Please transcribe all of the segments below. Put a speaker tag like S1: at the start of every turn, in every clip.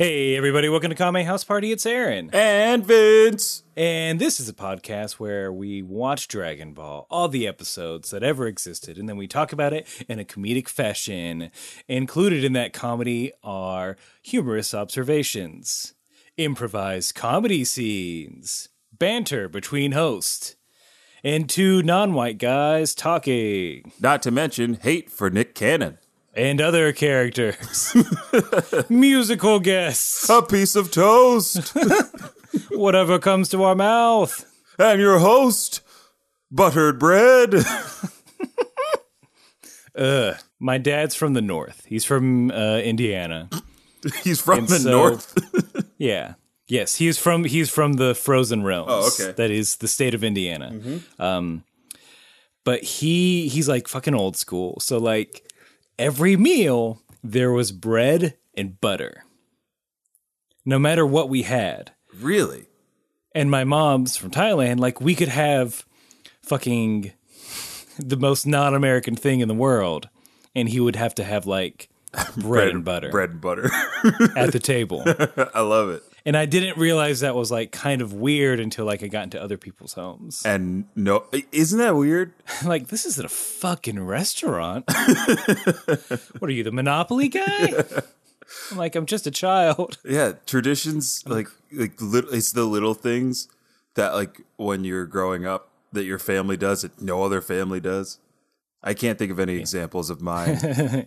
S1: everybody, welcome to Kame House Party. It's Aaron.
S2: And Vince.
S1: And this is a podcast where we watch Dragon Ball, all the episodes that ever existed, and then we talk about it in a comedic fashion. Included in that comedy are humorous observations, improvised comedy scenes, banter between hosts, and two non white guys talking,
S2: Not to mention hate for Nick Cannon.
S1: and other characters, musical guests,
S2: A piece of toast.
S1: whatever comes to our mouth.
S2: and your host, buttered bread.
S1: My dad's from the north. He's from uh, Indiana.
S2: He's from the
S1: so-
S2: north.
S1: Yeah. Yes, he's from he's from the frozen realms.
S2: Oh, okay. Mm-hmm.
S1: That is the state of Indiana. Um, but he he's like fucking old school. So like every meal there was bread and butter. No matter what we had.
S2: Really?
S1: and my mom's from Thailand, like we could have fucking the most non-American thing in the world, and he would have to have like bread, and butter
S2: Bread and butter.
S1: at the table.
S2: I love it.
S1: and I didn't realize that was like kind of weird until like I got into other people's homes.
S2: And no, isn't that weird?
S1: like this isn't a fucking restaurant. what are you, the Monopoly guy? I'm like I'm just a child.
S2: Yeah, traditions like like lit- it's the little things that like when you're growing up that your family does that no other family does. I can't think of any examples of mine.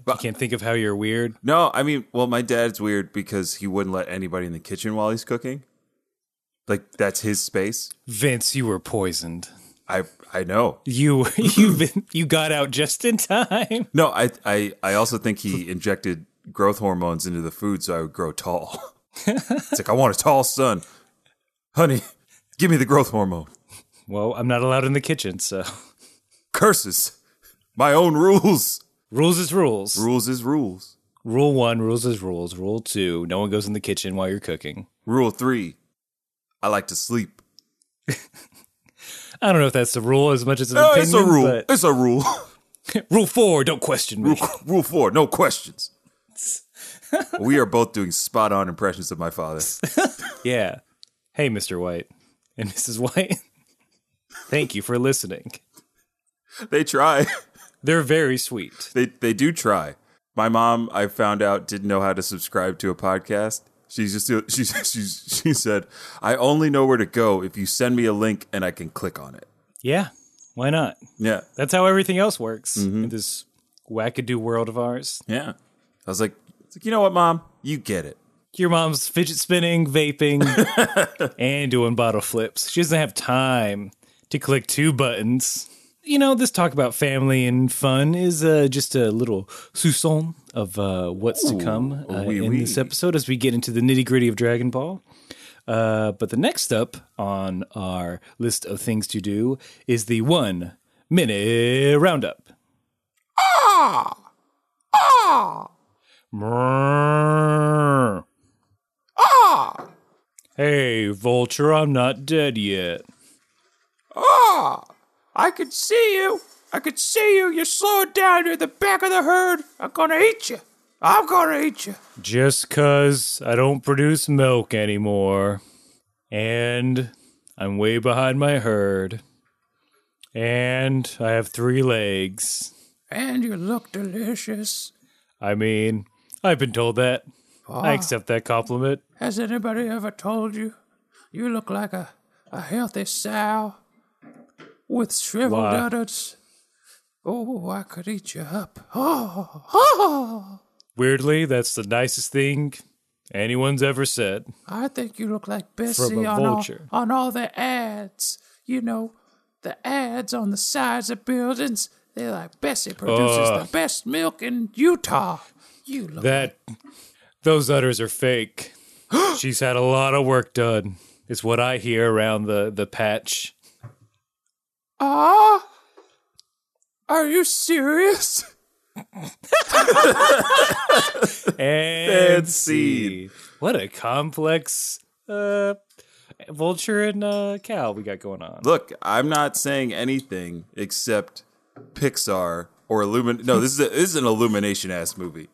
S1: You can't think of how you're weird.
S2: No, I mean, well, my dad's weird because he wouldn't let anybody in the kitchen while he's cooking. Like that's his space.
S1: Vince, you were poisoned.
S2: I I know.
S1: You you been you got out just in time.
S2: No, I I I also think he injected growth hormones into the food so I would grow tall. it's like I want a tall son. Honey, give me the growth hormone.
S1: Well, I'm not allowed in the kitchen, so
S2: Curses. My own rules.
S1: rules is rules.
S2: Rules is rules.
S1: Rule one, rules is rules. Rule two, no one goes in the kitchen while you're cooking.
S2: Rule 3. I like to sleep.
S1: I don't know if that's the rule as much as an
S2: No,
S1: opinion.
S2: Oh, it's a rule.
S1: but-
S2: It's a rule.
S1: rule four, don't question me.
S2: Rule four, no questions. we are both doing spot on impressions of my father.
S1: yeah. Hey, Mr. White and Mrs. White. Thank you for listening.
S2: They try.
S1: They're very sweet.
S2: They they do try. My mom, I found out, didn't know how to subscribe to a podcast. She's just she she she said, "I only know where to go if you send me a link and I can click on it."
S1: Yeah. Why not?
S2: Yeah,
S1: That's how everything else works
S2: Mm-hmm.
S1: in this wackadoo world of ours.
S2: yeah. I was like, it's like, you know what, mom, you get it.
S1: Your mom's fidget spinning, vaping, and doing bottle flips. She doesn't have time to click two buttons. You know, this talk about family and fun is uh, just a little soupçon of uh, what's to come uh,
S2: oui,
S1: in
S2: oui.
S1: this episode as we get into the nitty gritty of Dragon Ball. Uh, but the next up on our list of things to do is the one minute roundup. Ah! Ah! Hey, Vulture, I'm not dead yet.
S2: I could see you. I could see you. You're slowing down. You're the back of the herd. I'm gonna eat you. I'm gonna eat you.
S1: Just 'cause I don't produce milk anymore. And I'm way behind my herd. And I have three legs.
S2: And you look delicious.
S1: I mean, I've been told that. I accept that compliment.
S2: Has anybody ever told you? You look like a, a healthy sow with shriveled
S1: Why?
S2: udders. Oh, I could eat you up. Oh,
S1: Weirdly, that's the nicest thing anyone's ever said.
S2: I think you look like Bessie
S1: a
S2: on all,
S1: vulture.
S2: on all the ads. You know, the ads on the sides of buildings. They're like, Bessie produces the best milk in Utah. You look
S1: That those udders are fake. She's had a lot of work done. Is what I hear around the the patch.
S2: Ah, are you serious?
S1: And
S2: seed.
S1: seed. What a complex uh vulture and uh cow we got going on.
S2: Look, I'm not saying anything except Pixar or Illumin. No, this is a, this is an Illumination ass movie.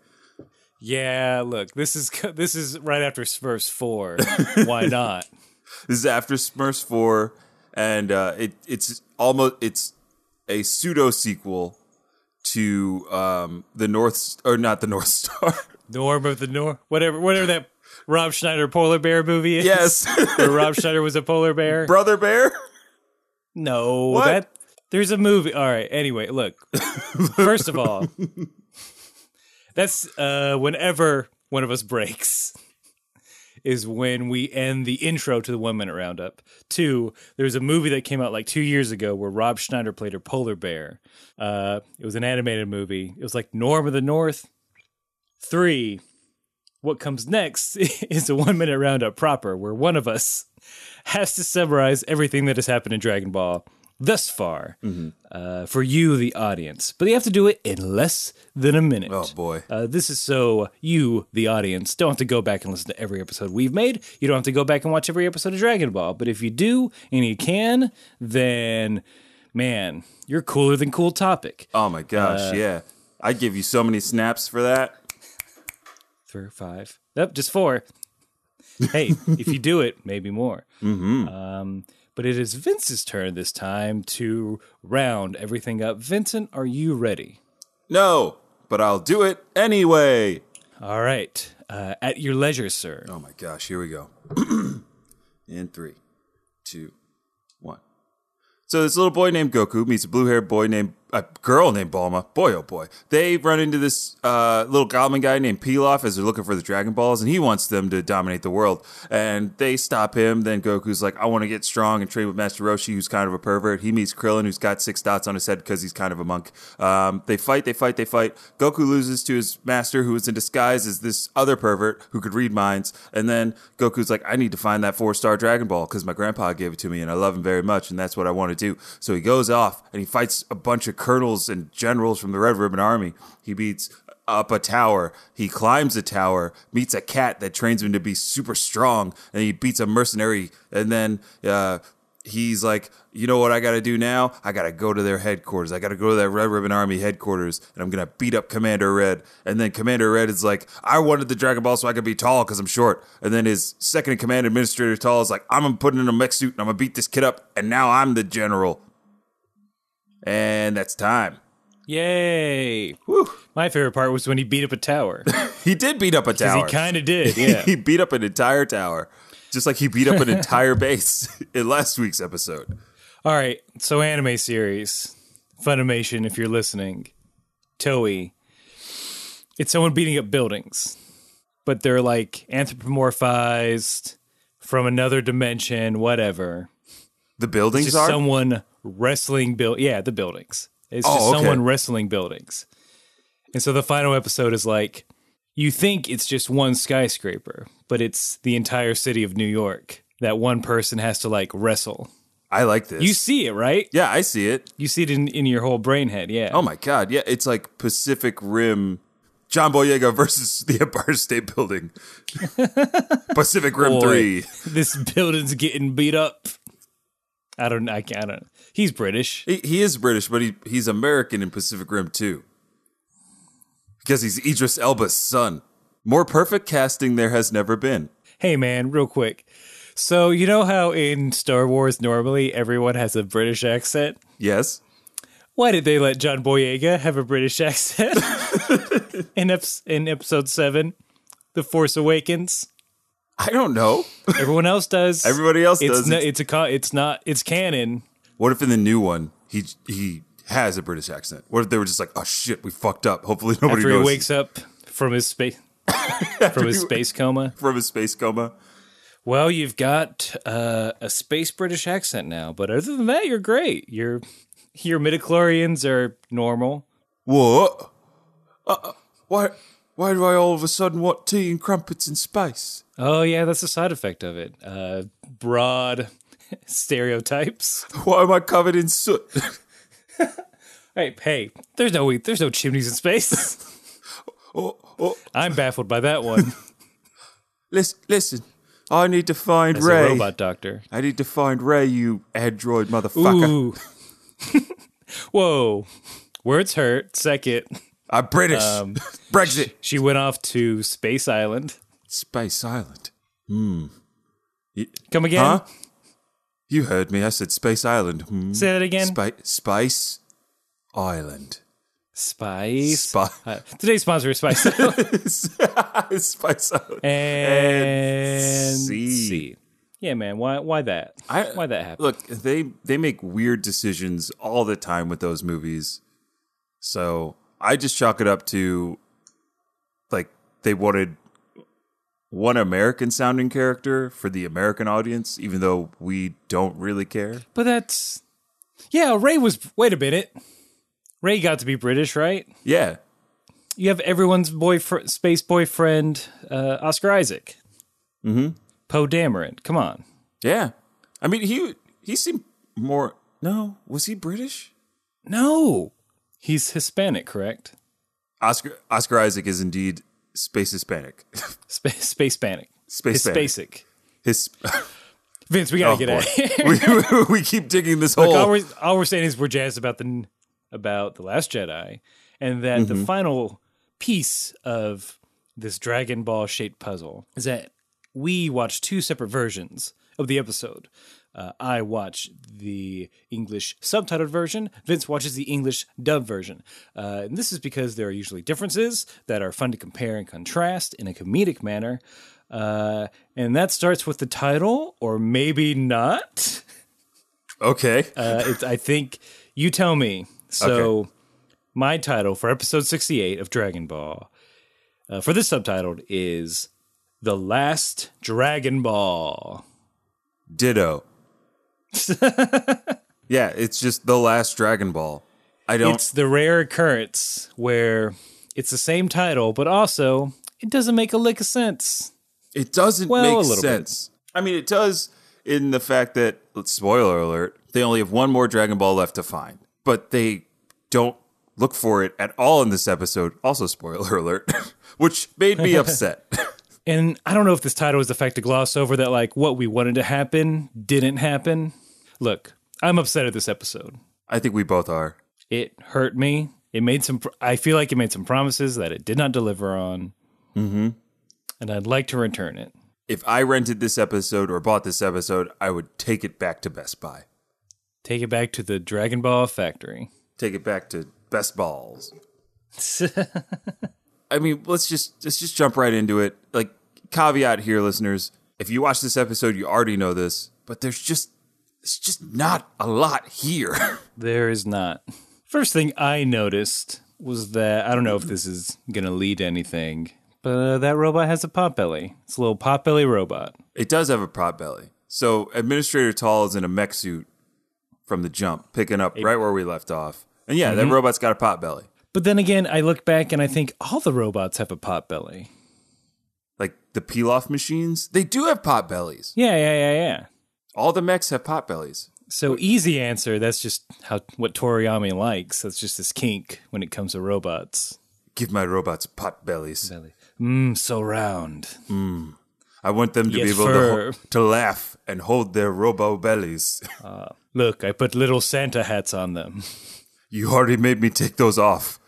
S1: Yeah, look, this is this is right after Smurfs four. Why not?
S2: This is after Smurfs four, and uh, it it's almost it's a pseudo sequel to um, the North or not the North Star.
S1: Norm of the North, whatever, whatever that Rob Schneider polar bear movie is.
S2: yes,
S1: where Rob Schneider was a polar bear.
S2: Brother Bear.
S1: no,
S2: What?
S1: that there's a movie. All right. Anyway, look. First of all, that's uh, whenever one of us breaks. Is when we end the intro to the One Minute Roundup. Two, there's a movie that came out like two years ago where Rob Schneider played a polar bear. Uh, it was an animated movie. It was like Norm of the North. Three, what comes next is a one minute roundup proper where one of us has to summarize everything that has happened in Dragon Ball thus far
S2: Mm-hmm.
S1: uh, for you, the audience. But you have to do it in less than a minute.
S2: Oh, boy.
S1: Uh, this is so you, the audience, don't have to go back and listen to every episode we've made. You don't have to go back and watch every episode of Dragon Ball. But if you do and you can, then man, you're cooler than Cool Topic.
S2: Oh my gosh, yeah. I give you so many snaps for that.
S1: three or five. Nope, just four. Hey, if you do it, maybe more. Mm-hmm. Um, but it is Vince's turn this time to round everything up. Vincent, are you ready?
S2: No, but I'll do it anyway.
S1: All right. Uh, at your leisure, sir.
S2: Oh my gosh, here we go. In three, two, one. So this little boy named Goku meets a blue-haired boy named a girl named Bulma. Boy, oh boy! They run into this uh, little goblin guy named Pilaf as they're looking for the Dragon Balls, and he wants them to dominate the world. And they stop him. Then Goku's like, "I want to get strong and trade with Master Roshi, who's kind of a pervert." He meets Krillin, who's got six dots on his head because he's kind of a monk. Um, they fight, they fight, they fight. Goku loses to his master, who is in disguise as this other pervert who could read minds. And then Goku's like, "I need to find that four-star Dragon Ball because my grandpa gave it to me, and I love him very much, and that's what I want to do." So he goes off and he fights a bunch of colonels and generals from the Red Ribbon Army. He beats up a tower. He climbs a tower, meets a cat that trains him to be super strong, and he beats a mercenary. And then uh, he's like, you know what I got to do now? I got to go to their headquarters. I got to go to that Red Ribbon Army headquarters, and I'm going to beat up Commander Red. And then Commander Red is like, I wanted the Dragon Ball so I could be tall because I'm short. And then his second in command, Administrator Tall, is like, I'm putting in a mech suit and I'm going to beat this kid up, and now I'm the general. And that's time.
S1: Yay. My favorite part was when he beat up a tower. 'Cause
S2: He did beat up a tower.
S1: he kind of did. Yeah.
S2: he beat up an entire tower, just like he beat up an entire base in last week's episode.
S1: All right. So, anime series, Funimation, if you're listening, Toei. It's someone beating up buildings, but they're like anthropomorphized from another dimension, whatever.
S2: The buildings
S1: Just
S2: are
S1: someone wrestling build. Yeah, the buildings. It's
S2: Oh,
S1: just
S2: okay.
S1: someone wrestling buildings. And so the final episode is like, you think it's just one skyscraper, but it's the entire city of New York that one person has to like wrestle.
S2: I like this.
S1: You see it, right?
S2: yeah, I see it.
S1: You see it in, in your whole brain head, yeah.
S2: Oh my god, yeah, it's like Pacific Rim, John Boyega versus the Empire State Building, Pacific Rim
S1: Boy,
S2: Three.
S1: this building's getting beat up. I don't. I can't. I don't. He's British.
S2: He, he is British, but he he's American in Pacific Rim Two because he's Idris Elba's son. More perfect casting there has never been.
S1: Hey, man, real quick. So you know how in Star Wars normally everyone has a British accent.
S2: Yes.
S1: Why did they let John Boyega have a British accent in eps- in episode seven, The Force Awakens?
S2: I don't know.
S1: Everyone else does.
S2: Everybody else
S1: it's
S2: does.
S1: No, it's a. co- It's not. It's canon.
S2: What if in the new one he he has a British accent? What if they were just like, oh shit, we fucked up. Hopefully nobody
S1: After he
S2: knows
S1: wakes up from his space from his space coma.
S2: from his space coma.
S1: Well, you've got uh, a space British accent now, but other than that, you're great. Your your midichlorians are normal.
S2: What? Uh, uh, why? Why do I all of a sudden want tea and crumpets in space?
S1: Oh yeah, that's a side effect of it. Uh, broad stereotypes.
S2: Why am I covered in soot?
S1: Hey, hey, there's no there's no chimneys in space.
S2: Oh, oh,
S1: I'm baffled by that one.
S2: listen, listen. I need to find
S1: It's a
S2: Ray.
S1: robot doctor.
S2: I need to find Ray, you android motherfucker.
S1: Ooh. Whoa. Words hurt. Second.
S2: I'm British.
S1: Um,
S2: Brexit.
S1: She went off to Space Island.
S2: Space Island.
S1: Come again?
S2: Huh? You heard me. I said Space Island. Hmm.
S1: Say that again.
S2: Spa- Spice Island.
S1: Spice.
S2: Spi-
S1: Uh, today's sponsor is Spice.
S2: Spice Island.
S1: and
S2: C.
S1: C. Yeah, man. Why? Why that?
S2: I-
S1: why that happened?
S2: Look, they they make weird decisions all the time with those movies. So I just chalk it up to like they wanted one American sounding character for the American audience, even though we don't really care.
S1: but that's yeah. Ray was. Wait a minute. Ray got to be British, right?
S2: Yeah.
S1: You have everyone's boyfriend, space boyfriend, uh, Oscar Isaac, mm-hmm. Poe Dameron. Come on.
S2: Yeah. I mean he he seemed more no, was he British?
S1: No, he's Hispanic, correct?
S2: Oscar Oscar Isaac is indeed space Hispanic.
S1: Space space panic.
S2: Space Hispanic.
S1: Hispanic.
S2: His,
S1: Vince, we gotta
S2: Oh,
S1: get out. of
S2: we,
S1: here.
S2: we keep digging this hole.
S1: all, we're, all we're saying is we're jazzed about the about the Last Jedi, and that the final piece of this Dragon Ball shaped puzzle is that we watch two separate versions of the episode. Uh, I watch the English subtitled version. Vince watches the English dub version. Uh, and this is because there are usually differences that are fun to compare and contrast in a comedic manner. Uh, and that starts with the title, or maybe not.
S2: okay.
S1: Uh, it's, I think you tell me. So, my title for episode 68 of Dragon Ball uh, for this subtitled is The Last Dragon Ball.
S2: Ditto. yeah, it's just the last Dragon Ball. I don't.
S1: It's the rare occurrence where it's the same title, but also it doesn't make a lick of sense.
S2: it doesn't
S1: Well, a
S2: make
S1: little bit.
S2: sense. I mean, it does in the fact that spoiler alert, they only have one more Dragon Ball left to find, but they don't look for it at all in this episode. Also, spoiler alert, which made me upset.
S1: And I don't know if this title is the fact to gloss over that, like, what we wanted to happen didn't happen. Look, I'm upset at this episode.
S2: I think we both are.
S1: it hurt me. It made some. I feel like it made some promises that it did not deliver on, mm-hmm. and I'd like to return it.
S2: If I rented this episode or bought this episode, I would take it back to Best Buy.
S1: Take it back to the Dragon Ball factory.
S2: Take it back to Best Balls. I mean, let's just let's just jump right into it. Like caveat here, listeners, if you watch this episode, you already know this, but there's just it's just not a lot here.
S1: there is not. First thing I noticed was that I don't know if this is gonna lead to anything, but uh, that robot has a pot belly. It's a little pot belly robot.
S2: it does have a prop belly. So Administrator Tall is in a mech suit from the jump, picking up right where we left off. And yeah,
S1: Mm-hmm.
S2: that robot's got a pot belly.
S1: But then again, I look back and I think all the robots have a pot belly.
S2: Like the peel-off machines, they do have pot bellies.
S1: Yeah, yeah, yeah, yeah.
S2: All the mechs have pot bellies.
S1: So easy answer. That's just how what Toriyami likes. That's just his kink when it comes to robots.
S2: Give my robots pot bellies.
S1: belly. Mmm, so round.
S2: I want them to
S1: Yes,
S2: be able
S1: fur.
S2: to, ho- to laugh and hold their robo bellies.
S1: Look, I put little Santa hats on them.
S2: you already made me take those off.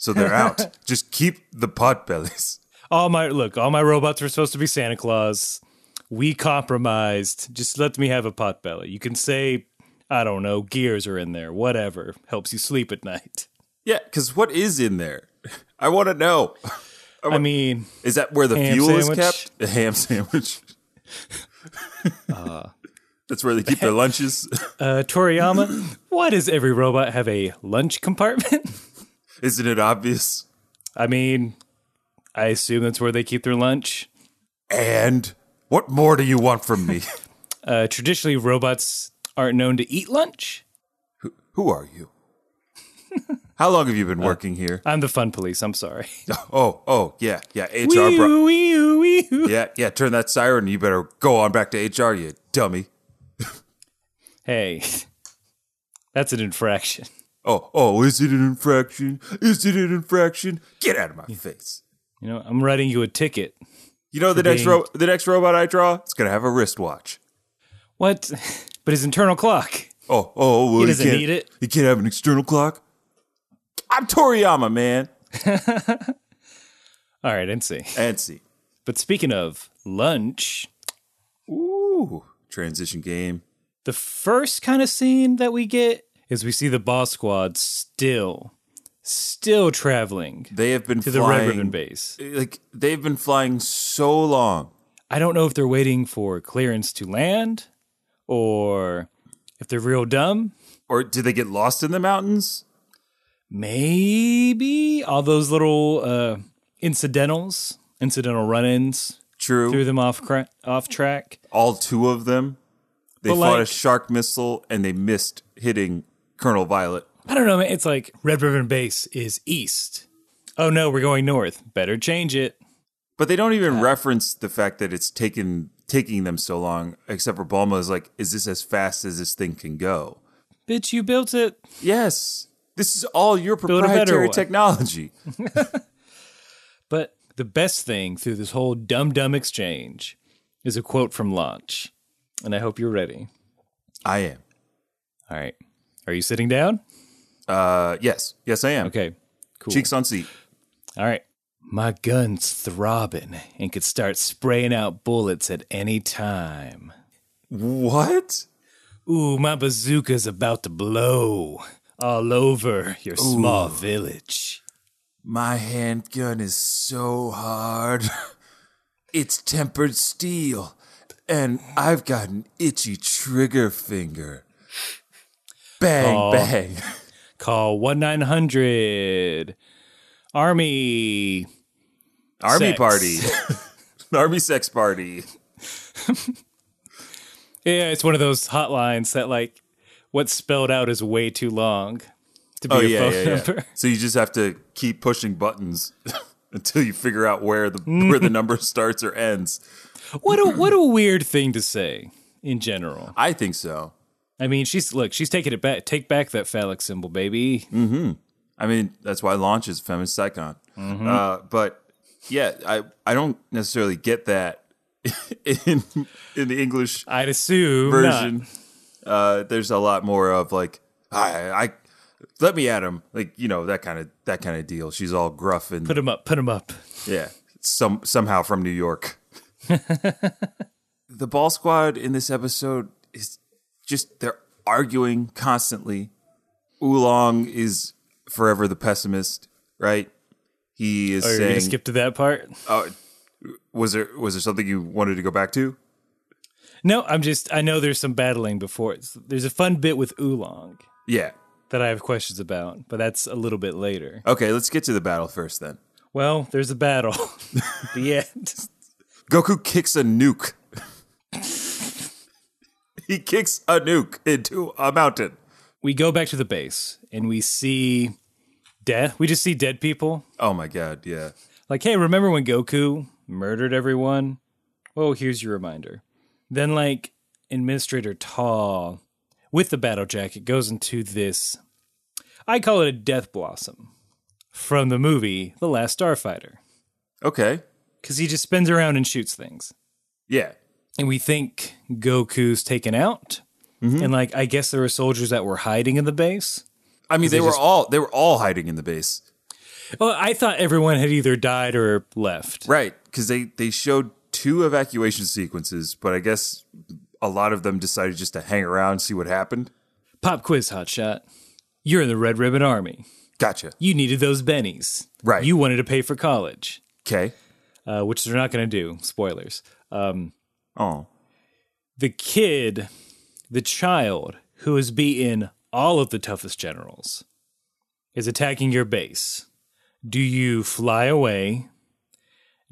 S2: So they're out. Just keep the pot bellies.
S1: All my look, all my robots were supposed to be Santa Claus. We compromised. Just let me have a pot belly. You can say, I don't know, gears are in there, whatever. Helps you sleep at night.
S2: Yeah, because what is in there? I want to know.
S1: I mean,
S2: Is that where the
S1: Ham
S2: fuel
S1: sandwich?
S2: is kept? A ham sandwich. That's where they keep their lunches.
S1: uh, Toriyama, why does every robot have a lunch compartment?
S2: Isn't it obvious?
S1: I mean, I assume that's where they keep their lunch.
S2: And what more do you want from me?
S1: Uh, traditionally, robots aren't known to eat lunch.
S2: Who are you? How long have you
S1: Uh,
S2: been working here?
S1: I'm the fun police. I'm sorry.
S2: Oh, oh, yeah, yeah. HR bro.
S1: uh, Wee-oo, wee-oo, wee-oo.
S2: Yeah, yeah, turn that siren. You better go on back to HR, you dummy.
S1: Hey, that's an infraction.
S2: Oh, oh, is it an infraction? Is it an infraction? Get out of my face.
S1: You know, I'm writing you a ticket.
S2: You know the next
S1: being-
S2: ro- the next robot I draw, it's gonna have a wristwatch.
S1: What? But his internal clock.
S2: Oh, oh, well,
S1: doesn't
S2: you can't,
S1: need it.
S2: You can't have an external clock. I'm Toriyama, man.
S1: All right, and see.
S2: and see.
S1: But speaking of lunch,
S2: Ooh, transition game.
S1: the first kind of scene that we get is we see the boss squad still, still traveling
S2: They have been
S1: to the
S2: flying eh,
S1: Red Ribbon Base.
S2: like they've been flying so long.
S1: I don't know if they're waiting for clearance to land or if they're real dumb.
S2: Or did they get lost in the mountains?
S1: Maybe all those little uh, incidentals, incidental run ins
S2: True.
S1: threw them off, cra- off track.
S2: All two of them. They
S1: But,
S2: fought a
S1: like-
S2: shark missile and they missed hitting Colonel Violet.
S1: I don't know, man. It's like Red Ribbon Base is east. Oh no, we're going north. Better change it.
S2: But they don't even reference the fact that it's taken taking them so long, except for Balma is like, is this as fast as this thing can go?
S1: Bitch, you built it.
S2: Yes. This is all your
S1: a better
S2: proprietary
S1: one.
S2: technology.
S1: But the best thing through this whole dumb dumb exchange is a quote from Launch. And I hope you're ready.
S2: I am.
S1: All right. Are you sitting down?
S2: Uh yes. Yes, I am.
S1: Okay. Cool.
S2: Cheeks on seat.
S1: All right. My gun's throbbing and could start spraying out bullets at any time.
S2: What?
S1: Ooh, my bazooka's about to blow all over your small village.
S2: My handgun is so hard. It's tempered steel, and I've got an itchy trigger finger. Bang, bang.
S1: Call 1 900 Army.
S2: Army
S1: Sex.
S2: party. Army sex party.
S1: Yeah, it's one of those hotlines that, like, what's spelled out is way too long to be
S2: Oh,
S1: a
S2: yeah,
S1: phone
S2: yeah, yeah.
S1: number.
S2: So you just have to keep pushing buttons until you figure out where the where the number starts or ends.
S1: What a what a weird thing to say in general.
S2: I think so.
S1: I mean, she's look, she's taking it back. Take back that phallic symbol, baby.
S2: I mean, that's why launch is a feminist icon.
S1: Mm-hmm.
S2: Uh, but yeah, I, I don't necessarily get that in in the English
S1: I'd assume
S2: version.
S1: Not.
S2: Uh, there's a lot more of like I, I let me at him, like you know that kind of that kind of deal. She's all gruff and
S1: Put him up. Put him up.
S2: yeah, some somehow from New York. the ball squad in this episode is just they're arguing constantly. Oolong is forever the pessimist, right? He is
S1: Or you
S2: saying, uh,
S1: gonna skip to that part?
S2: "Was there was there something you wanted to go back to?"
S1: No, I'm just. I know there's some battling before. It's, there's a fun bit with Oolong
S2: Yeah.
S1: that I have questions about, but that's a little bit later.
S2: Okay, let's get to the battle first then.
S1: Well, there's a battle. the end.
S2: Goku kicks a nuke. he kicks a nuke into a mountain.
S1: We go back to the base and we see death. We just see dead people.
S2: Oh my god, yeah.
S1: Like, hey, remember when Goku murdered everyone? Well, here's your reminder. Then, like, Administrator Tall with the battle jacket goes into this. I call it a death blossom from the movie The Last Starfighter
S2: Okay.
S1: because he just spins around and shoots things.
S2: Yeah.
S1: And we think Goku's taken out. And, like, I guess there were soldiers that were hiding in the base.
S2: I mean, they, were all they were all hiding in the base,
S1: Well, Oh, I thought everyone had either died or left.
S2: right? Because they they showed two evacuation sequences, but I guess a lot of them decided just to hang around and see what happened.
S1: Pop quiz, hotshot. You're in the Red Ribbon Army.
S2: Gotcha.
S1: you needed those bennies.
S2: Right.
S1: You wanted to pay for college,
S2: Okay.
S1: uh, which they're not going to do. Spoilers. Um,
S2: Oh,
S1: the kid, the child who has beaten all of the toughest generals, is attacking your base. Do you fly away?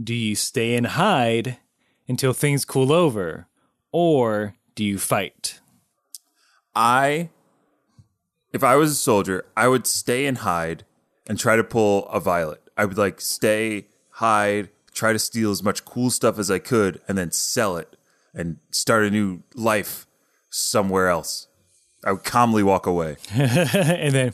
S1: Do you stay and hide until things cool over? Or do you fight?
S2: I. If I was a soldier, I would stay and hide and try to pull a violet. I would like stay, hide, try to steal as much cool stuff as I could, and then sell it and start a new life somewhere else. I would calmly walk away.
S1: and then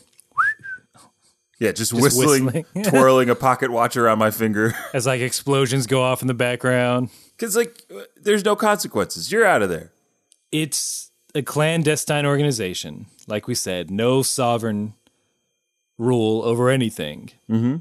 S2: Yeah, just, whistling,
S1: whistling.
S2: twirling a pocket watch around my finger.
S1: as like explosions go off in the background,
S2: Because, like, there's no consequences. You're out of there.
S1: it's a clandestine organization. Like we said, no sovereign rule over anything. Mm-hmm.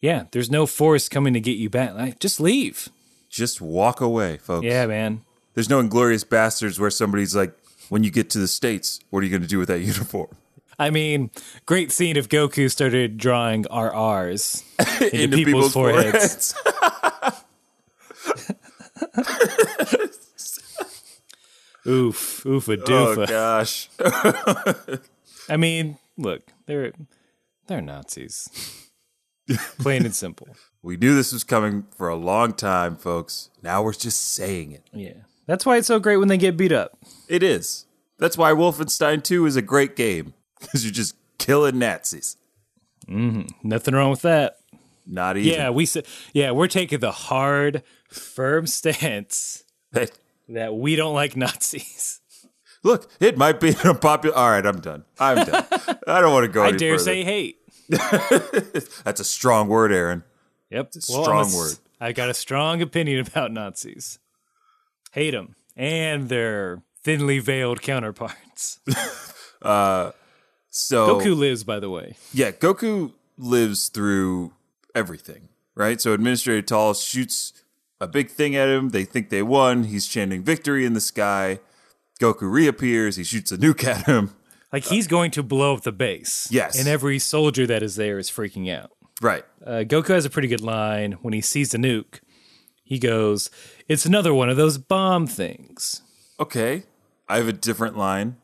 S1: Yeah, there's no force coming to get you back. Like, just leave.
S2: Just walk away, folks.
S1: Yeah, man.
S2: There's no inglorious bastards where somebody's like, when you get to the States, what are you going to do with that uniform?
S1: I mean, great scene if Goku started drawing RRs into,
S2: Into
S1: people's, foreheads. Oof, oofa
S2: oh,
S1: doofa.
S2: gosh.
S1: I mean, look, they're they're Nazis. Plain and simple.
S2: We knew this was coming for a long time, folks. Now we're just saying it.
S1: Yeah. That's why it's so great when they get beat up.
S2: It is. That's why Wolfenstein 2 is a great game, because you're just killing Nazis.
S1: Nothing wrong with that.
S2: Not even.
S1: Yeah, we said yeah, we're taking the hard, firm stance
S2: Hey,
S1: that we don't like Nazis.
S2: look, it might be an unpopular. All right, I'm done. I'm done. I don't want to go
S1: I
S2: any
S1: dare
S2: further.
S1: say hate.
S2: That's a strong word, Aaron.
S1: Yep.
S2: a
S1: I'm
S2: strong word.
S1: I've got a strong opinion about Nazis. Hate them and their thinly veiled counterparts.
S2: So
S1: Goku lives, by the way.
S2: Yeah, Goku lives through everything, right? So Administrator Tall shoots a big thing at him. They think they won. He's chanting victory in the sky. Goku reappears. He shoots a nuke at him.
S1: Like he's going to blow up the base.
S2: Yes.
S1: And every soldier that is there is freaking out.
S2: Right.
S1: Uh, Goku has a pretty good line when he sees the nuke. He goes, "It's another one of those bomb things."
S2: Okay. I have a different line.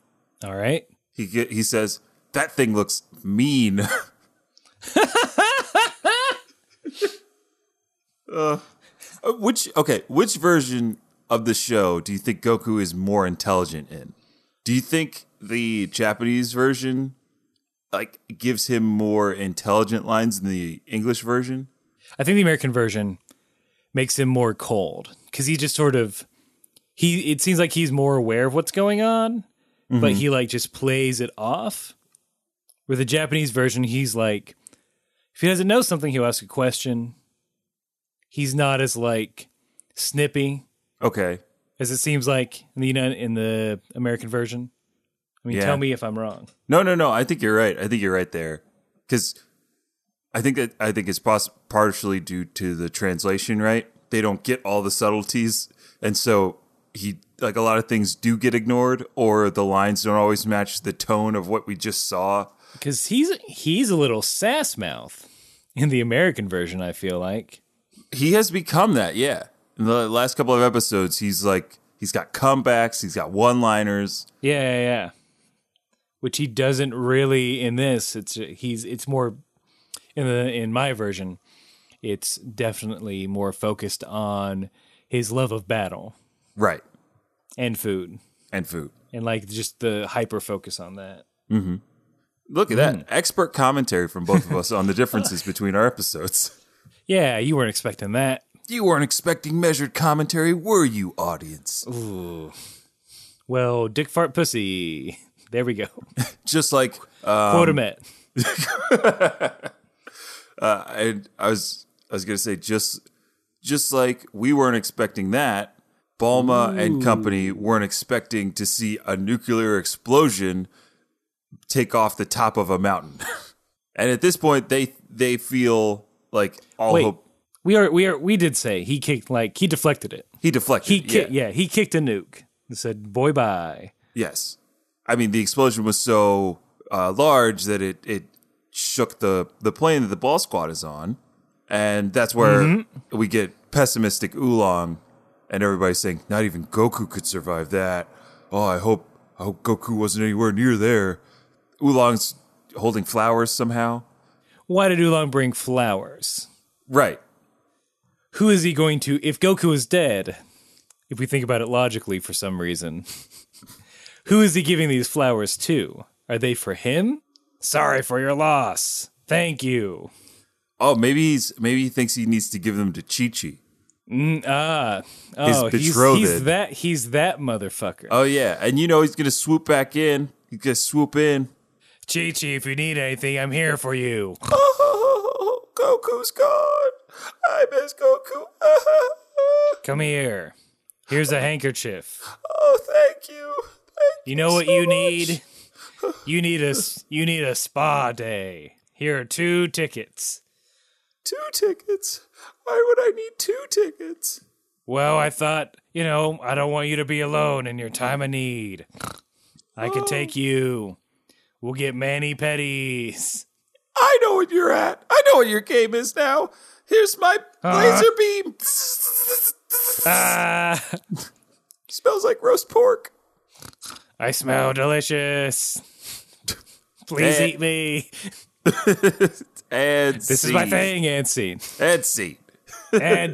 S1: All right.
S2: He ge- he says that thing looks mean. Uh, uh, which okay, which version of the show do you think Goku is more intelligent in? Do you think the Japanese version like gives him more intelligent lines than the English version?
S1: I think the American version makes him more cold because he just sort of he. It seems like he's more aware of what's going on, but he like just plays it off. With the Japanese version, he's like, if he doesn't know something, he'll ask a question. He's not as like snippy
S2: Okay.
S1: as it seems like in the United, in the American version. I mean,
S2: Yeah.
S1: tell me if I'm wrong.
S2: No, no, no. I think you're right. I think you're right there because I think that I think it's poss- partially due to the translation. Right? They don't get all the subtleties, and so he like a lot of things do get ignored, or the lines don't always match the tone of what we just saw.
S1: because he's he's a little sass mouth in the American version. I feel like
S2: He has become that. Yeah. In the last couple of episodes, he's like he's got comebacks. He's got one liners.
S1: yeah, yeah, yeah. Which he doesn't really in this. It's he's it's more in the in my version. It's definitely more focused on his love of battle
S2: Right.
S1: and food
S2: And food.
S1: and like just the hyper focus on that.
S2: Look at that Mm. expert commentary from both of us on the differences between our episodes.
S1: Yeah, you weren't expecting that.
S2: You weren't expecting measured commentary, were you, audience?
S1: Well, dick fart pussy. There we go.
S2: Just like uh,
S1: Quote him at.
S2: I, I was, I was gonna say, just, just like we weren't expecting that. Balma and company weren't expecting to see a nuclear explosion take off the top of a mountain, and at this point, they they feel like all
S1: Wait.
S2: hope
S1: We are we are we did say he kicked like he deflected it.
S2: he deflected.
S1: He kicked, yeah. he kicked a nuke and said, "Boy, bye."
S2: Yes. I mean, the explosion was so uh, large that it, it shook the, the plane that the ball squad is on. And that's where
S1: Mm-hmm.
S2: we get pessimistic Oolong and everybody saying, not even Goku could survive that. Oh, I hope, I hope Goku wasn't anywhere near there. Oolong's holding flowers somehow.
S1: Why did Oolong bring flowers?
S2: Right.
S1: Who is he going to? If Goku is dead, if we think about it logically, for some reason, who is he giving these flowers to? Are they for him? Sorry for your loss. Thank you.
S2: Oh, maybe he's maybe he thinks he needs to give them to Chi Chi.
S1: Ah, oh, he's, he's
S2: betrothed.
S1: that he's that motherfucker.
S2: Oh yeah, and you know he's gonna swoop back in. He's gonna swoop in.
S1: Chi Chi, if you need anything, I'm here for you.
S2: Oh, Goku's gone. I miss Goku.
S1: Come here. Here's a handkerchief.
S2: oh, thank you.
S1: You know what you need? You need a s- you need a spa day. Here are two tickets.
S2: Two tickets? Why would I need two tickets?
S1: Well, I thought, you know, I don't want you to be alone in your time of need. I could take you. We'll get mani petties.
S2: I know what you're at. I know what your game is now. Here's my
S1: Uh-huh.
S2: laser beam.
S1: Ah,
S2: Smells like roast pork.
S1: I smell delicious. Please
S2: Eh.
S1: eat me.
S2: And
S1: This is my thing, end scene.
S2: And scene.
S1: And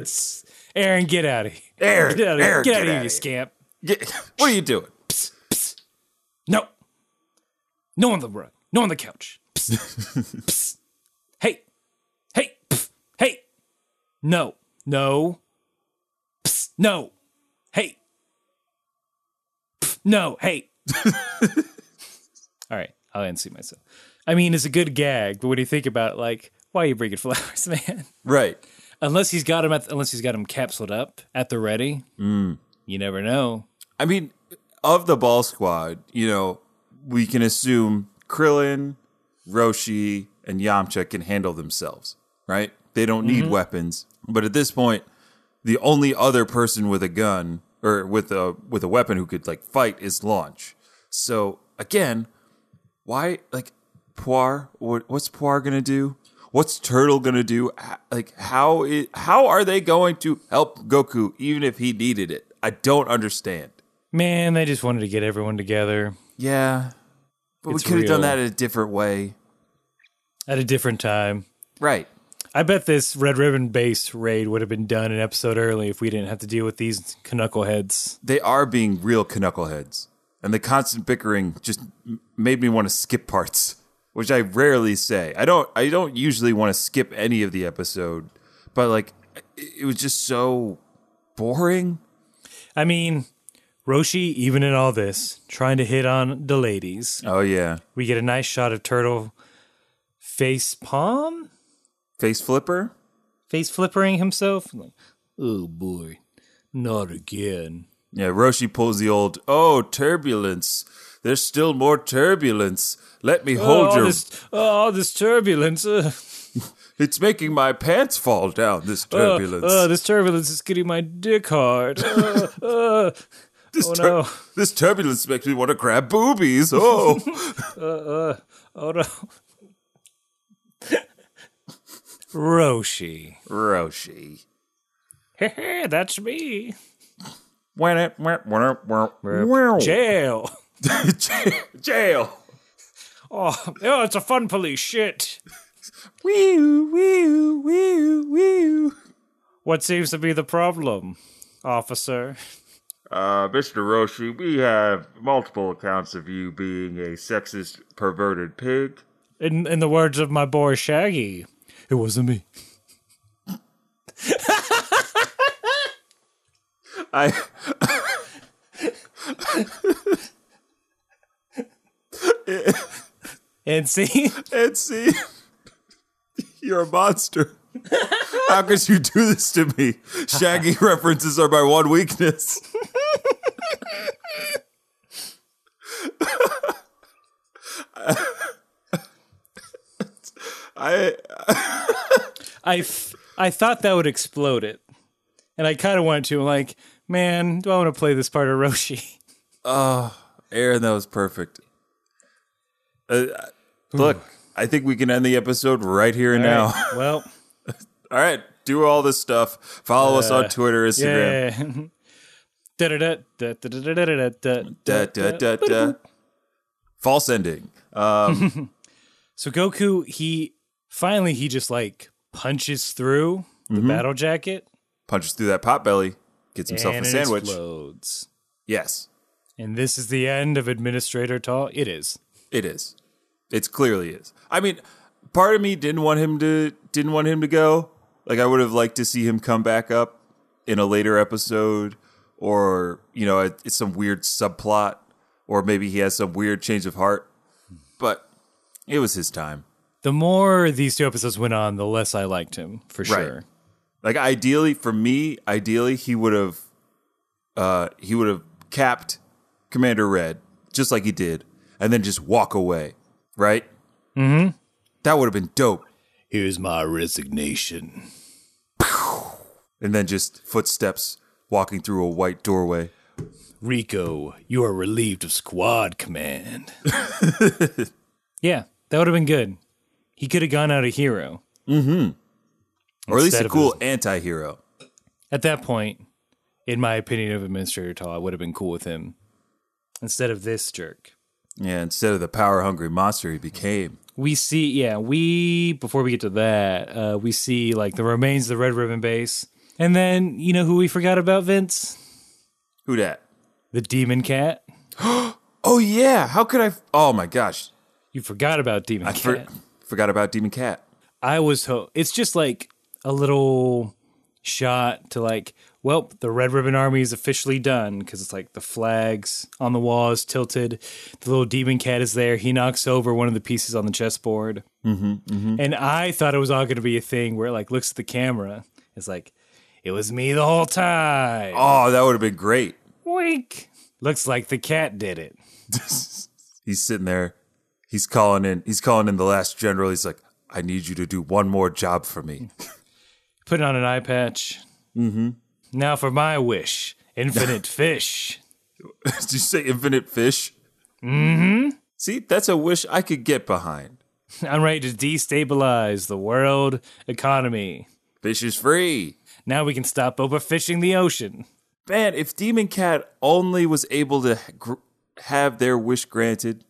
S1: s- Aaron, get out of here.
S2: Aaron,
S1: Get out of here.
S2: Aaron,
S1: Get
S2: get
S1: out of here,
S2: outta
S1: you scamp.
S2: Get- what are you doing?
S1: No. No on the rug. No on the couch. Psst. Psst. Hey. Hey. Pff. Hey. No. No. Psst. No. Hey. Pff. No. Hey. All right. I'll unsee myself. I mean, it's a good gag, but when you think about it, like, why are you bringing flowers, man?
S2: Right.
S1: Unless he's got him at unless he's got him capsuled up at the ready. You never know.
S2: I mean, of the ball squad, you know, we can assume Krillin, Roshi, and Yamcha can handle themselves, right? They don't need weapons. But at this point, the only other person with a gun or with a with a weapon who could like fight is Launch. So again, why like Poir? What, what's Poir gonna do? What's Turtle gonna do? H- Like how is, how are they going to help Goku even if he needed it? I don't understand.
S1: Man, they just wanted to get everyone together.
S2: Yeah. But
S1: It's
S2: we could have done
S1: real.
S2: that in a different way.
S1: at a different time.
S2: Right.
S1: I bet this red ribbon based raid would have been done an episode early if we didn't have to deal with these knuckleheads.
S2: They are being real knuckleheads. And the constant bickering just m- made me want to skip parts, which I rarely say. I don't I don't usually want to skip any of the episode, but like it it was just so boring.
S1: I mean, Roshi, even in all this, trying to hit on the ladies.
S2: Oh yeah.
S1: We get a nice shot of Turtle face palm,
S2: Face flipper?
S1: face flippering himself. Like, oh boy, not again.
S2: Yeah, Roshi pulls the old, "Oh, turbulence. There's still more turbulence. Let me hold
S1: oh,
S2: your
S1: this, oh, all this turbulence. Uh,
S2: It's making my pants fall down this
S1: uh,
S2: turbulence."
S1: uh, this turbulence is getting my dick hard. Uh, uh,
S2: This,
S1: Oh,
S2: tur-
S1: no.
S2: this turbulence makes me want to grab boobies. Oh,
S1: Oh no. Roshi.
S2: Roshi.
S1: That's me.
S2: Jail.
S1: Jail.
S2: Jail.
S1: Oh, oh, it's a fun police shit.
S2: Woo, woo, woo, woo.
S1: What seems to be the problem, officer?
S3: Uh, Mr. Roshi, we have multiple accounts of you being a sexist, perverted pig.
S1: In in the words of my boy Shaggy, it wasn't me.
S2: I.
S1: And see,
S2: And see, you're a monster. How could you do this to me? Shaggy references are my one weakness. I
S1: I, f- I thought that would explode it, and I kind of wanted to. I'm like, man, do I want to play this part of Roshi?
S2: Aaron, that was perfect. Uh, look, I think we can end the episode right here and now.
S1: Hmm. Right, well,
S2: All right, do all this stuff. Follow us on Twitter, Instagram.
S1: Uh, yeah. Da-da-da, da-da-da-da-da-da,
S2: Da, da, da, da. False ending.
S1: So Goku, he finally he just like punches through the
S2: Mm-hmm.
S1: battle jacket
S2: punches through that pot belly, gets himself
S1: and
S2: a
S1: it
S2: sandwich.
S1: explodes.
S2: Yes,
S1: And this is the end of Administrator Tall. It is.
S2: it is. It's clearly is. I mean, part of me didn't want him to didn't want him to go. Like I would have liked to see him come back up in a later episode, or you know, it- it's some weird subplot, or maybe he has some weird change of heart. But it was his time.
S1: The more these two episodes went on, the less I liked him for sure.
S2: Like ideally for me, ideally he would have uh he would have capped Commander Red just like he did and then just walk away, right? Mhm. That would have been dope.
S1: Here's my resignation.
S2: And then just footsteps walking through a white doorway.
S1: Rico, you are relieved of squad command. yeah, that would have been good. He could have gone out a hero.
S2: Or at least
S1: Instead
S2: a
S1: of
S2: cool anti hero.
S1: At that point, in my opinion of Administrator Tall, I would have been cool with him instead of this jerk.
S2: Yeah, instead of the power hungry monster he became.
S1: We see, yeah, we before we get to that, uh, we see like the remains of the Red Ribbon base, and then you know who we forgot about, Vince,
S2: Who dat?
S1: the Demon Cat.
S2: Oh, yeah. How could I? F- oh, my gosh.
S1: You forgot about Demon
S2: I
S1: Cat.
S2: for- forgot about Demon Cat.
S1: I was ho- it's just like a little shot to like well the red ribbon army is officially done because it's like the flags on the wall is tilted the little demon cat is there he knocks over one of the pieces on the chessboard mm-hmm, and i thought it was all going to be a thing where it like looks at the camera it's like it was me the whole time
S2: Oh, that would have been great.
S1: wink looks like the cat did it
S2: he's sitting there. He's calling in. He's calling in the last general. He's like, I need you to do one more job for me.
S1: putting on an eye patch mm-hmm. now for my wish infinite fish
S2: Did you say infinite fish? Mm-hmm.
S1: Mm-hmm.
S2: See, that's a wish I could get behind.
S1: I'm ready to destabilize the world economy.
S2: Fish is free.
S1: Now we can stop overfishing the ocean.
S2: Man, if Demon Cat only was able to gr- have their wish granted,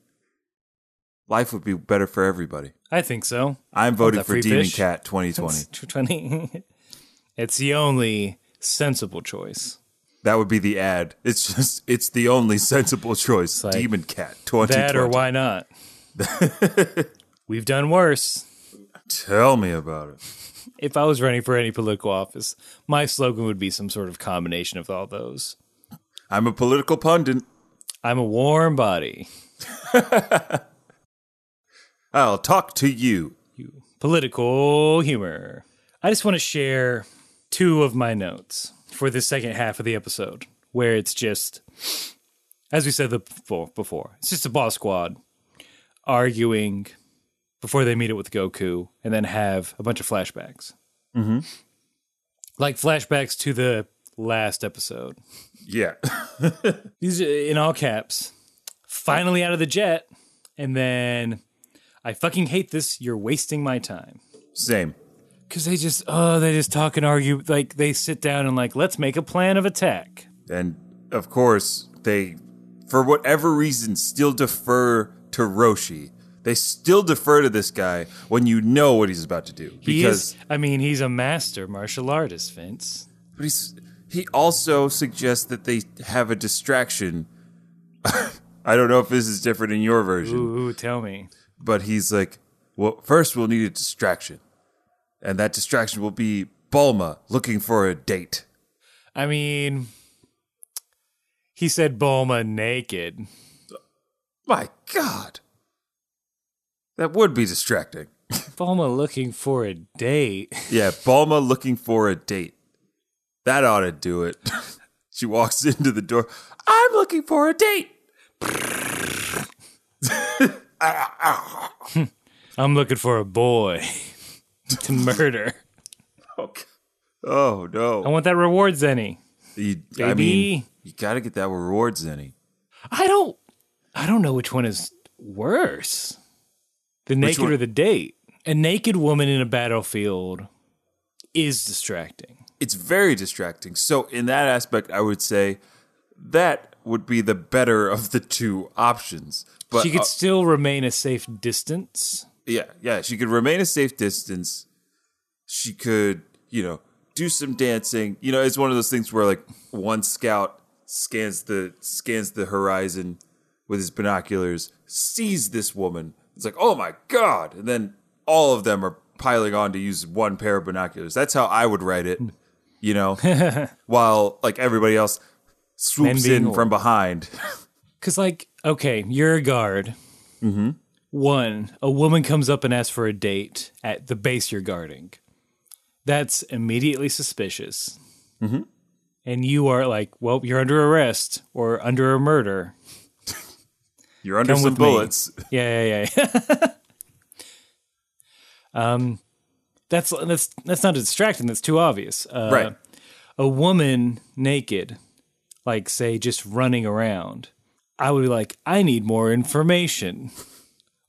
S2: life would be better for everybody.
S1: I think so.
S2: I'm voting
S1: that
S2: for
S1: free
S2: Demon
S1: fish?
S2: Cat 2020.
S1: 20. it's the only sensible choice.
S2: that would be the ad. It's just, it's the only sensible choice.
S1: like
S2: Demon Cat 2020.
S1: That or why not? We've done worse.
S2: Tell me about it.
S1: If I was running for any political office, my slogan would be some sort of combination of all those.
S2: I'm a political pundit.
S1: I'm a warm body.
S2: I'll talk to you.
S1: You political humor. I just want to share two of my notes for the second half of the episode, where it's just, as we said the- before, before it's just a boss squad arguing before they meet up with Goku, and then have a bunch of flashbacks, mm-hmm. like flashbacks to the last episode.
S2: Yeah.
S1: These are in all caps. Finally out of the jet, and then I fucking hate this. You're wasting my time.
S2: Same.
S1: Because they just, oh, they just talk and argue. Like, they sit down and, like, let's make a plan of attack.
S2: And of course, they, for whatever reason, still defer to Roshi. They still defer to this guy when you know what he's about to do. Because,
S1: He is, I mean, he's a master martial artist, Vince.
S2: but he's, he also suggests that they have a distraction. I don't know if this is different in your version.
S1: Ooh, ooh, tell me.
S2: but he's like, well, first we'll need a distraction, and that distraction will be Bulma looking for a date.
S1: I mean, he said Bulma naked.
S2: My God, that would be distracting.
S1: Bulma looking for a date.
S2: Yeah, Bulma looking for a date. That ought to do it. she walks into the door. I'm looking for a date.
S1: I'm looking for a boy to murder.
S2: Okay. Oh
S1: I
S2: no!
S1: want that rewards any.
S2: You, I
S1: Baby.
S2: mean, you got to get that rewards any.
S1: I don't, I don't know which one is worse, the naked
S2: one?
S1: or the date. A naked woman in a battlefield is distracting.
S2: it's very distracting. So in that aspect, I would say that would be the better of the two options. But
S1: she could
S2: uh,
S1: still remain a safe distance.
S2: yeah, yeah, she could remain a safe distance. She could, you know, do some dancing. You know, it's one of those things where like one scout scans the scans the horizon with his binoculars, sees this woman. It's like, "Oh my god." And then all of them are piling on to use one pair of binoculars. That's how I would write
S1: Hmm.
S2: it, you know. While like everybody else swoops
S1: being
S2: in
S1: old.
S2: from behind.
S1: Cause like, okay, you're a guard. Mm-hmm. One, a woman comes up and asks for a date at the base you're guarding. That's immediately suspicious. Mm-hmm. And you are like, well, you're under arrest or under a murder.
S2: You're under
S1: Come Uh,
S2: some
S1: with me.
S2: bullets.
S1: Yeah, yeah, yeah. um, That's that's that's not distracting. That's too obvious. Uh,
S2: Right.
S1: A woman naked, like say just running around. I would be like, I need more information.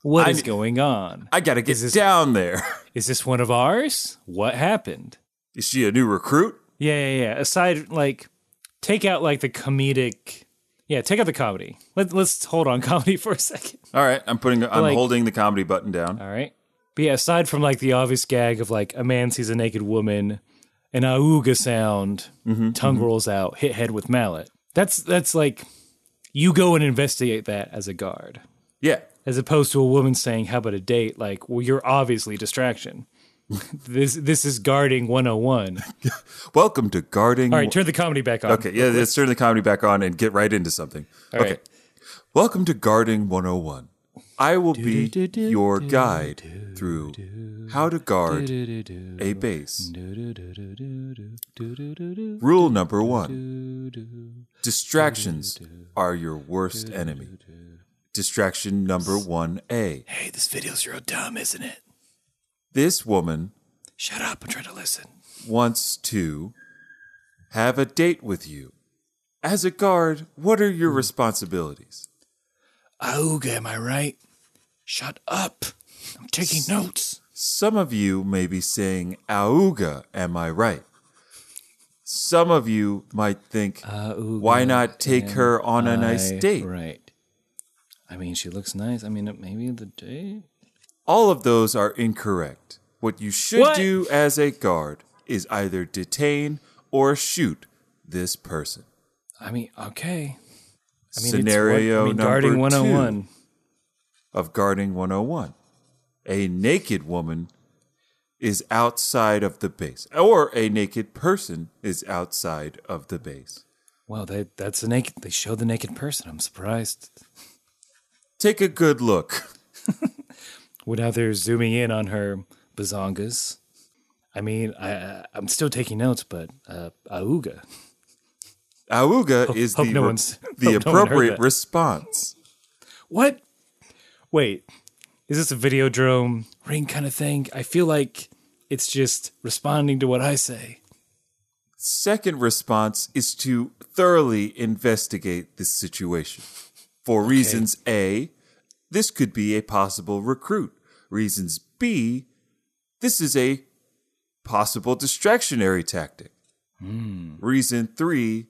S1: What is
S2: I ne-
S1: going on?
S2: I gotta get down there.
S1: Is this one of ours? What happened?
S2: Is she a new recruit?
S1: Yeah, yeah, yeah. Aside, like, take out like the comedic. Yeah, take out the comedy. Let, let's hold on comedy for a second.
S2: All right, I'm putting. I'm
S1: Like-
S2: holding the comedy button down.
S1: All right. But yeah, aside from like the obvious gag of like a man sees a naked woman, an auga sound, tongue rolls out, hit head with mallet. That's that's like you go and investigate that as a guard,
S2: Yeah,
S1: as opposed to a woman saying, "How about a date?" Like, well, you're obviously distraction. this this is guarding 101.
S2: Welcome to guarding.
S1: All right, turn the comedy back on.
S2: okay, yeah, let's turn the comedy back on and get right into something. okay.
S1: right.
S2: Welcome to Guarding 101. I will be your guide through how to guard a base. Rule number one Distractions are your worst enemy. Distraction number 1A.
S1: Hey, this video's real dumb, isn't it?
S2: This woman
S1: Shut up and try to listen.
S2: wants to have a date with you. As a guard, what are
S1: Hmm.
S2: your responsibilities?
S1: Auga, am I right? Shut up. I'm taking notes.
S2: Some of you may be saying, Auga, am I right? Some of you might think, why not take her on a nice date?
S1: Right. I mean, she looks nice. I mean, maybe the date.
S2: All of those are incorrect. What you should
S1: What?
S2: do as a guard is either detain or shoot this person.
S1: I mean, okay. I mean,
S2: Scenario
S1: it's one, I mean,
S2: number
S1: guarding
S2: two
S1: 101.
S2: of Guarding 101. A naked woman is outside of the base, or a naked person is outside of the base.
S1: Wow, they, that's a naked. They show the naked person. I'm surprised.
S2: Take a good look.
S1: Well, now they're zooming in on her bazongas. I mean, I, I I'm still taking notes, but uh, auga.
S2: Auga is
S1: hope
S2: the,
S1: no
S2: re-
S1: one's-
S2: the
S1: hope no one heard
S2: appropriate
S1: that.
S2: response.
S1: What? Wait, is this a Videodrome ring kind of thing? I feel like it's just responding to what I say.
S2: Second response is to thoroughly investigate this situation. For reasons A, this could be a possible recruit. Reasons B, this is a possible distractionary tactic.
S1: Hmm.
S2: Reason three,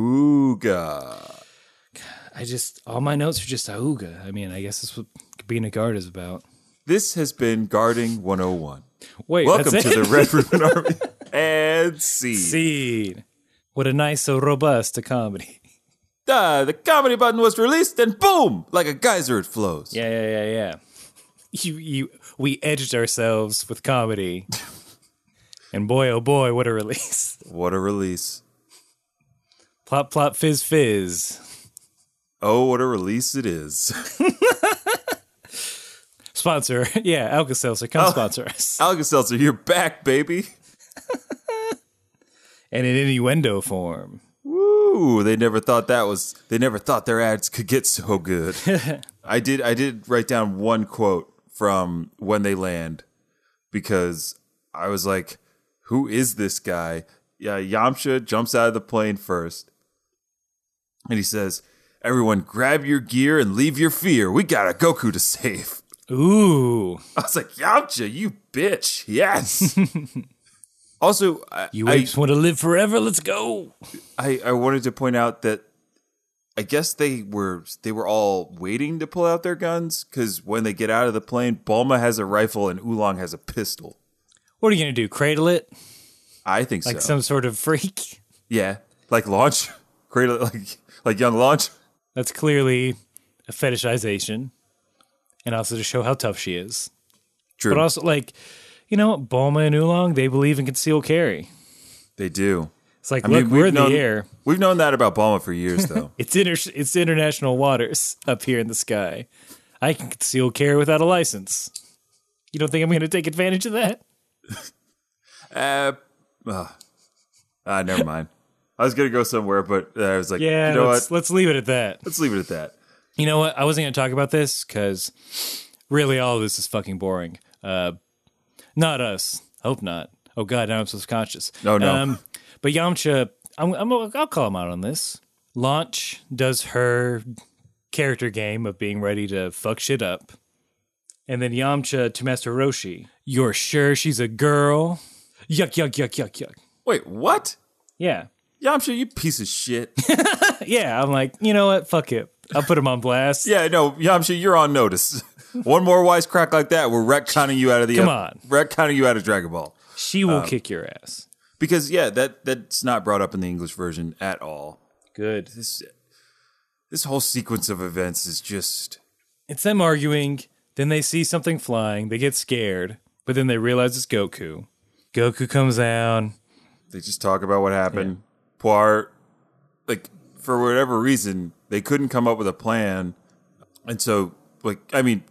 S2: auga.
S1: I just all my notes are just auga. I mean, I guess that's what being a guard is about.
S2: This has been Guarding 101.
S1: Wait,
S2: Welcome
S1: that's
S2: to
S1: it?
S2: the Red Ribbon Army and C.
S1: scene. What a nice, so robust a comedy.
S2: Ah, the comedy button was released and boom, like a geyser it flows.
S1: Yeah, yeah, yeah, yeah. You, you, we edged ourselves with comedy, and boy, oh boy, what a release!
S2: What a release.
S1: Plop, plop, fizz, fizz.
S2: Oh, what a release it is.
S1: Sponsor, yeah, Alka Seltzer, come
S2: Oh.
S1: sponsor us.
S2: Alka Seltzer, you're back, baby.
S1: and in innuendo form.
S2: Woo! They never thought that was. They never thought their ads could get so good. I did. I did write down one quote from when they land because I was like, "Who is this guy?" Yeah, Yamcha jumps out of the plane first, and he says, "Everyone, grab your gear and leave your fear. We got a Goku to save."
S1: Ooh,
S2: I was like, "Yamcha, you bitch!" Yes. also, I,
S1: you
S2: I,
S1: apes want to live forever. Let's go.
S2: I, I wanted to point out that I guess they were they were all waiting to pull out their guns because when they get out of the plane, Balma has a rifle and Oolong has a pistol.
S1: What are you gonna do? Cradle it
S2: I think
S1: like
S2: so.
S1: some sort of freak?
S2: yeah, like launch, cradle, like like young launch.
S1: That's clearly a fetishization, and also to show how tough she is.
S2: True,
S1: But also, like, you know, Bulma and Oolong, they believe in concealed carry.
S2: they do.
S1: It's like,
S2: I
S1: look,
S2: mean,
S1: we're
S2: we've
S1: in
S2: known
S1: the air.
S2: we've known that about Balma for years, though.
S1: It's inter- it's international waters up here in the sky. I can conceal carry without a license. You don't think I'm going to take advantage of that?
S2: uh, ah, ah, never mind. I was gonna go somewhere, but uh, I was like,
S1: Yeah,
S2: you know
S1: let's,
S2: what?
S1: let's leave it at that.
S2: Let's leave it at that.
S1: You know what? I wasn't going to talk about this because really all of this is fucking boring. Uh, Not us. Hope not. Oh god, now I'm subconscious.
S2: Oh, no.
S1: but Yamcha, I'm, I'm, I'll call him out on this. Launch does her character game of being ready to fuck shit up, and then Yamcha to Master Roshi. You're sure she's a girl? Yuck, yuck, yuck, yuck, yuck.
S2: Wait, what?
S1: Yeah,
S2: Yamcha, you piece of shit.
S1: yeah. I'm like, you know what? Fuck it. I'll put him on blast.
S2: yeah, no, Yamcha, you're on notice. One more wisecrack like that, we're retconning you out of the
S1: Come on.
S2: retconning you out of Dragon Ball.
S1: She
S2: Um,
S1: will kick your ass.
S2: Because yeah, that that's not brought up in the English version at all.
S1: Good.
S2: This this whole sequence of events is just
S1: It's them arguing. Then they see something flying. They get scared, but then they realize it's Goku. Goku comes down.
S2: they just talk about what happened. Poir, like for whatever reason, they couldn't come up with a plan, and so like I mean,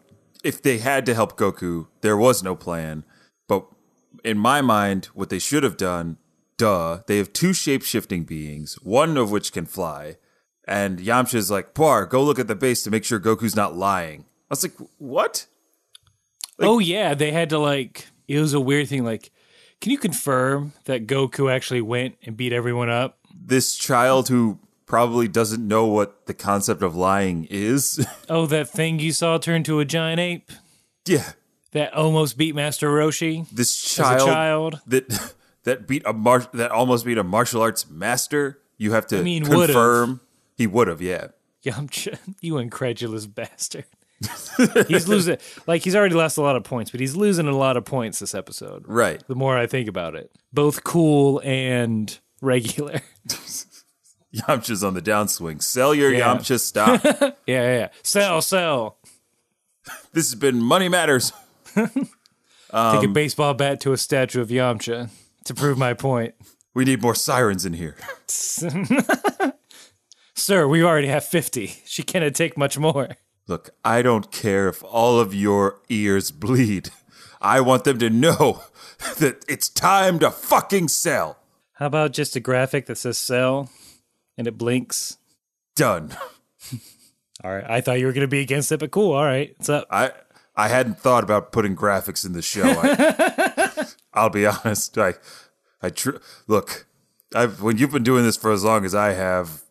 S2: if they had to help Goku, there was no plan. But in my mind, what they should have done, duh, they have two shape shifting beings, one of which can fly, and Yamcha's like, Poir, go look at the base to make sure Goku's not lying. I was like, what?
S1: oh yeah, they had to like. It was a weird thing. Like, can you confirm that Goku actually went and beat everyone up?
S2: This child who probably doesn't know what the concept of lying is.
S1: Oh, that thing you saw turn to a giant ape
S2: yeah.
S1: that almost beat Master Roshi.
S2: this child,
S1: child.
S2: that that beat a mar- that almost beat a martial arts master. You have to
S1: mean, would've.
S2: confirm he would have. Yeah,
S1: Yamcha, you incredulous bastard. he's losing like he's already lost a lot of points, but he's losing a lot of points this episode.
S2: right.
S1: the more I think about it. Both cool and regular.
S2: Yamcha's on the downswing. Sell your
S1: Yeah.
S2: Yamcha stock.
S1: yeah, yeah, yeah. Sell, sell.
S2: this has been Money Matters.
S1: Take a baseball bat to a statue of Yamcha to prove my point.
S2: We need more sirens in here.
S1: Sir, we already have 50. She cannot take much more.
S2: Look, I don't care if all of your ears bleed. I want them to know that it's time to fucking sell.
S1: How about just a graphic that says sell and it blinks?
S2: Done.
S1: All right. I thought you were going to be against it, but cool. All right. It's up.
S2: I I hadn't thought about putting graphics in the show. I, I'll be honest. I I tr- look. I've when you've been doing this for as long as I have,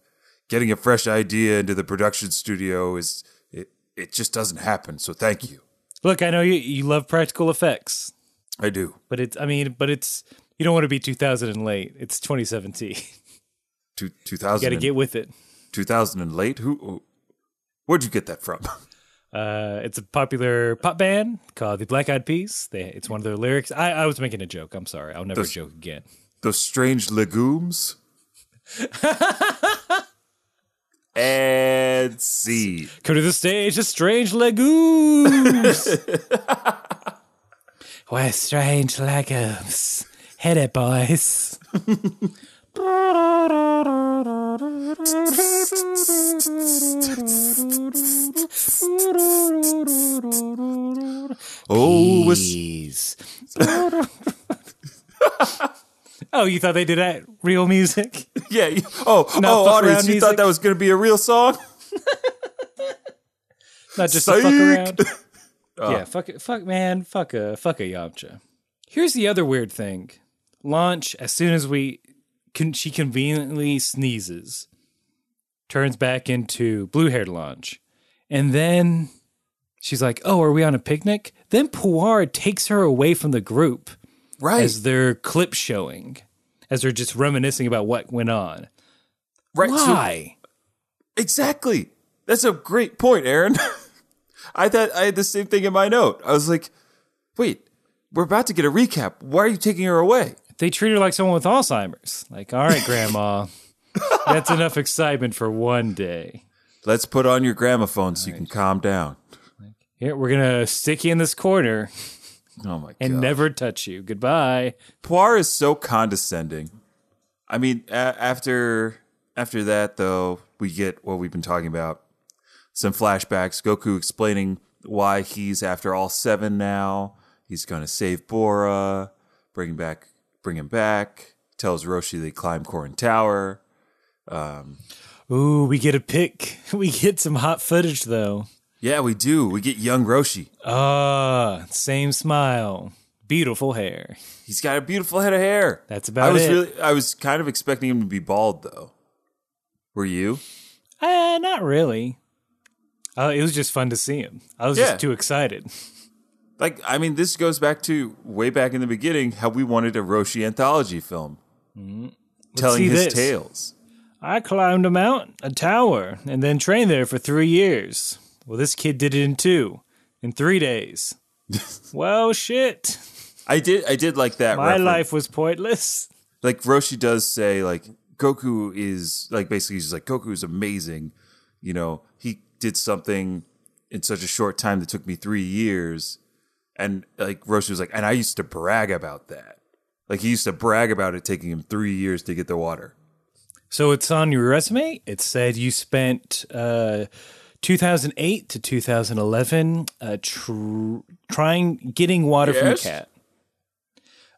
S2: getting a fresh idea into the production studio is it it just doesn't happen. So thank you.
S1: Look, I know you, you love practical effects,
S2: I do.
S1: but it's, I mean, but it's, you don't want to be 2000 and late. It's 2017. you
S2: Two two
S1: got
S2: thousand
S1: to get with it.
S2: two thousand and late. Who? who- Where'd you get that from?
S1: Uh, it's a popular pop band called the Black Eyed Peas. They, it's one of their lyrics. I, I was making a joke. I'm sorry. I'll never
S2: Those-
S1: joke again.
S2: Those strange legumes. and seed.
S1: Come to the stage, the strange legumes. We're strange legumes. Hit it, boys.
S2: Oh, was
S1: Peas. oh, you thought they did that real music?
S2: Yeah. you- Oh,
S1: No,
S2: oh,
S1: fuck
S2: audience,
S1: around
S2: you thought
S1: music.
S2: that was going to be a real song?
S1: Not just to fuck
S2: Psych.
S1: around.
S2: Uh.
S1: yeah, fuck it, fuck man, fuck a fuck a Yamcha. Here's the other weird thing. Launch as soon as we can she conveniently sneezes, turns back into blue-haired Launch. And then she's like, "Oh, are we on a picnic?" Then Puar takes her away from the group
S2: Right.
S1: as their clip showing, as they're just reminiscing about what went on.
S2: right. so-
S1: Why?
S2: exactly. That's a great point, Aaron. I thought I had the same thing in my note. I was like, wait, we're about to get a recap. Why are you taking her away?
S1: they treat her like someone with Alzheimer's. Like, all right, grandma, that's enough excitement for one day.
S2: Let's put on your gramophone so you can calm down.
S1: Here, we're gonna stick you in this corner
S2: Oh my
S1: and
S2: god.
S1: never touch you. Goodbye.
S2: Poir is so condescending. I mean, a- after after that though, we get what we've been talking about. Some flashbacks. Goku explaining why he's after all seven now. He's going to save Bora, bring him back, bring him back. Tells Roshi they climb Korin Tower.
S1: Ooh, we get a pic. We get some hot footage though.
S2: Yeah, we do. We get young Roshi.
S1: Ah, same smile, beautiful hair.
S2: He's got a beautiful head of hair.
S1: That's about
S2: I was
S1: it.
S2: really I was kind of expecting him to be bald though. Were you?
S1: Uh, not really. Uh, it was just fun to see him. I was
S2: Yeah.
S1: just too excited.
S2: Like I mean this goes back to way back in the beginning how we wanted a Roshi anthology film. Telling
S1: Mm-hmm. see
S2: his
S1: this.
S2: tales.
S1: I climbed a mountain, a tower, and then trained there for three years. Well, this kid did it in two, in three days. well, shit.
S2: I did I did like that
S1: My
S2: reference.
S1: life was pointless.
S2: like Roshi does say like Goku is like basically he's just like Goku is amazing. You know, he did something in such a short time that took me three years. And like Roshi was like, and I used to brag about that. Like he used to brag about it taking him three years to get the water.
S1: So it's on your resume. It said you spent uh, 2008 to 2011 uh, tr- trying getting water from a
S2: Yes.
S1: cat.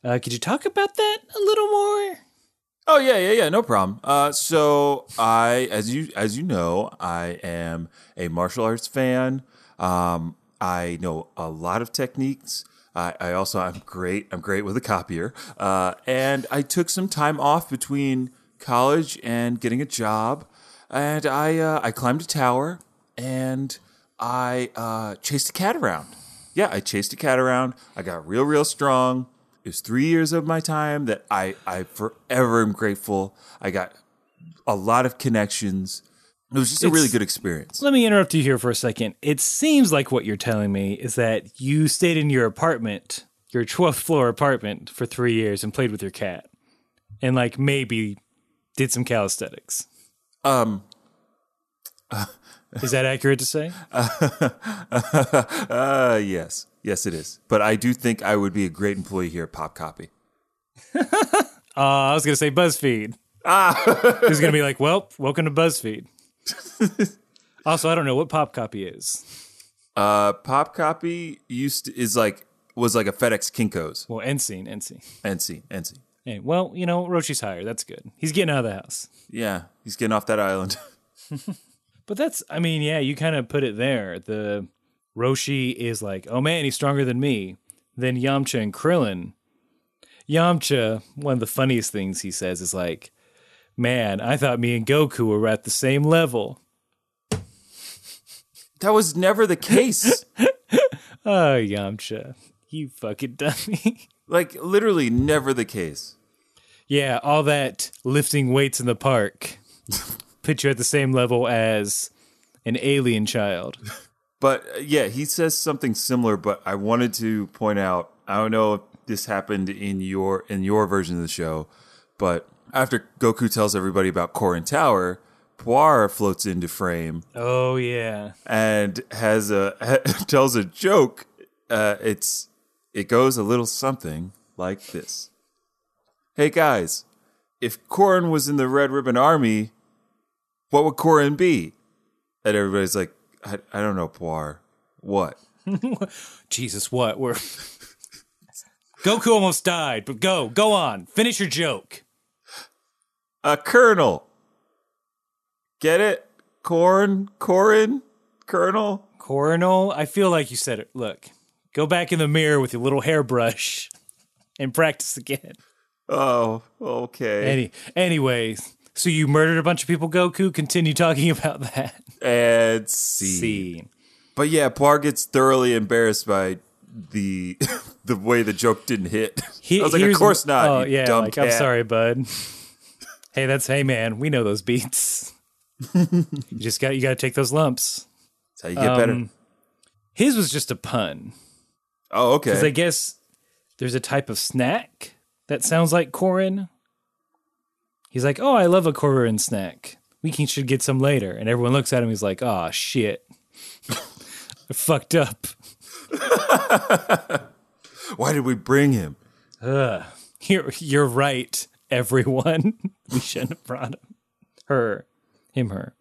S1: Uh, could you talk about that a little more?
S2: Oh yeah, yeah, yeah, no problem. Uh, so I, as you as you know, I am a martial arts fan. Um, I know a lot of techniques. I, I also I'm great. I'm great with a copier. Uh, and I took some time off between college and getting a job, and I uh, I climbed a tower and I uh, chased a cat around yeah, I chased a cat around. I got real, real strong. It was three years of my time that I, I forever am grateful. I got a lot of connections. It was just a really good experience.
S1: Let me interrupt you here for a second. It seems like what you're telling me is that you stayed in your apartment, your 12th floor apartment, for three years and played with your cat, and like maybe did some calisthenics.
S2: Um,
S1: Is that accurate to say?
S2: uh, yes, yes, it is. But I do think I would be a great employee here at Pop Copy.
S1: Uh, I was gonna say BuzzFeed. Ah, who's gonna be like, well, welcome to BuzzFeed. also, I don't know what pop copy is.
S2: Uh, Pop Copy used to, is like was like a FedEx Kinkos.
S1: Well, NC, NC.
S2: NC, NC.
S1: Hey, well, you know, Roshi's higher. That's good. He's getting out of the house.
S2: Yeah, he's getting off that island.
S1: But that's, I mean, yeah, you kind of put it there. The Roshi is like, oh man, he's stronger than me. Then Yamcha and Krillin. Yamcha, one of the funniest things he says is like, man, I thought me and Goku were at the same level.
S2: that was never the case.
S1: Oh, Yamcha, you fucking dummy.
S2: like literally never the case.
S1: Yeah, all that lifting weights in the park put you at the same level as an alien child.
S2: But uh, yeah, he says something similar. But I wanted to point out. I don't know if this happened in your in your version of the show, but after Goku tells everybody about Korin Tower, Puar floats into frame
S1: Oh yeah.
S2: and has a tells a joke. Uh, it's it goes a little something like this. Hey guys, if Korin was in the Red Ribbon Army, what would Korin be? And everybody's like, I, I don't know, Puar. What?
S1: Jesus, what? We're Goku almost died, but go, go on. Finish your joke.
S2: A colonel. Get it? Corn? Corin? Colonel?
S1: Coronel, I feel like you said it. Look. Go back in the mirror with your little hairbrush and practice again.
S2: Oh, okay.
S1: Any anyway, so you murdered a bunch of people, Goku? Continue talking about that.
S2: And see.
S1: Scene.
S2: But yeah, Puar gets thoroughly embarrassed by the the way the joke didn't hit.
S1: He-
S2: I was like, of
S1: here's-
S2: course not.
S1: Oh
S2: you
S1: yeah,
S2: dumb
S1: like I'm
S2: cat."
S1: sorry, bud. hey, that's hey man. We know those beats. you just got you got to take those lumps.
S2: That's how you get better.
S1: Um, His was just a pun
S2: Oh,
S1: because I
S2: okay.
S1: guess there's a type of snack that sounds like Corin. He's like, oh, I love a Corin snack. We can, should get some later. And everyone looks at him. He's like, oh shit, I fucked up.
S2: Why did we bring him?
S1: Ugh. You're, you're right, everyone. we shouldn't have brought him. Her. Him, her.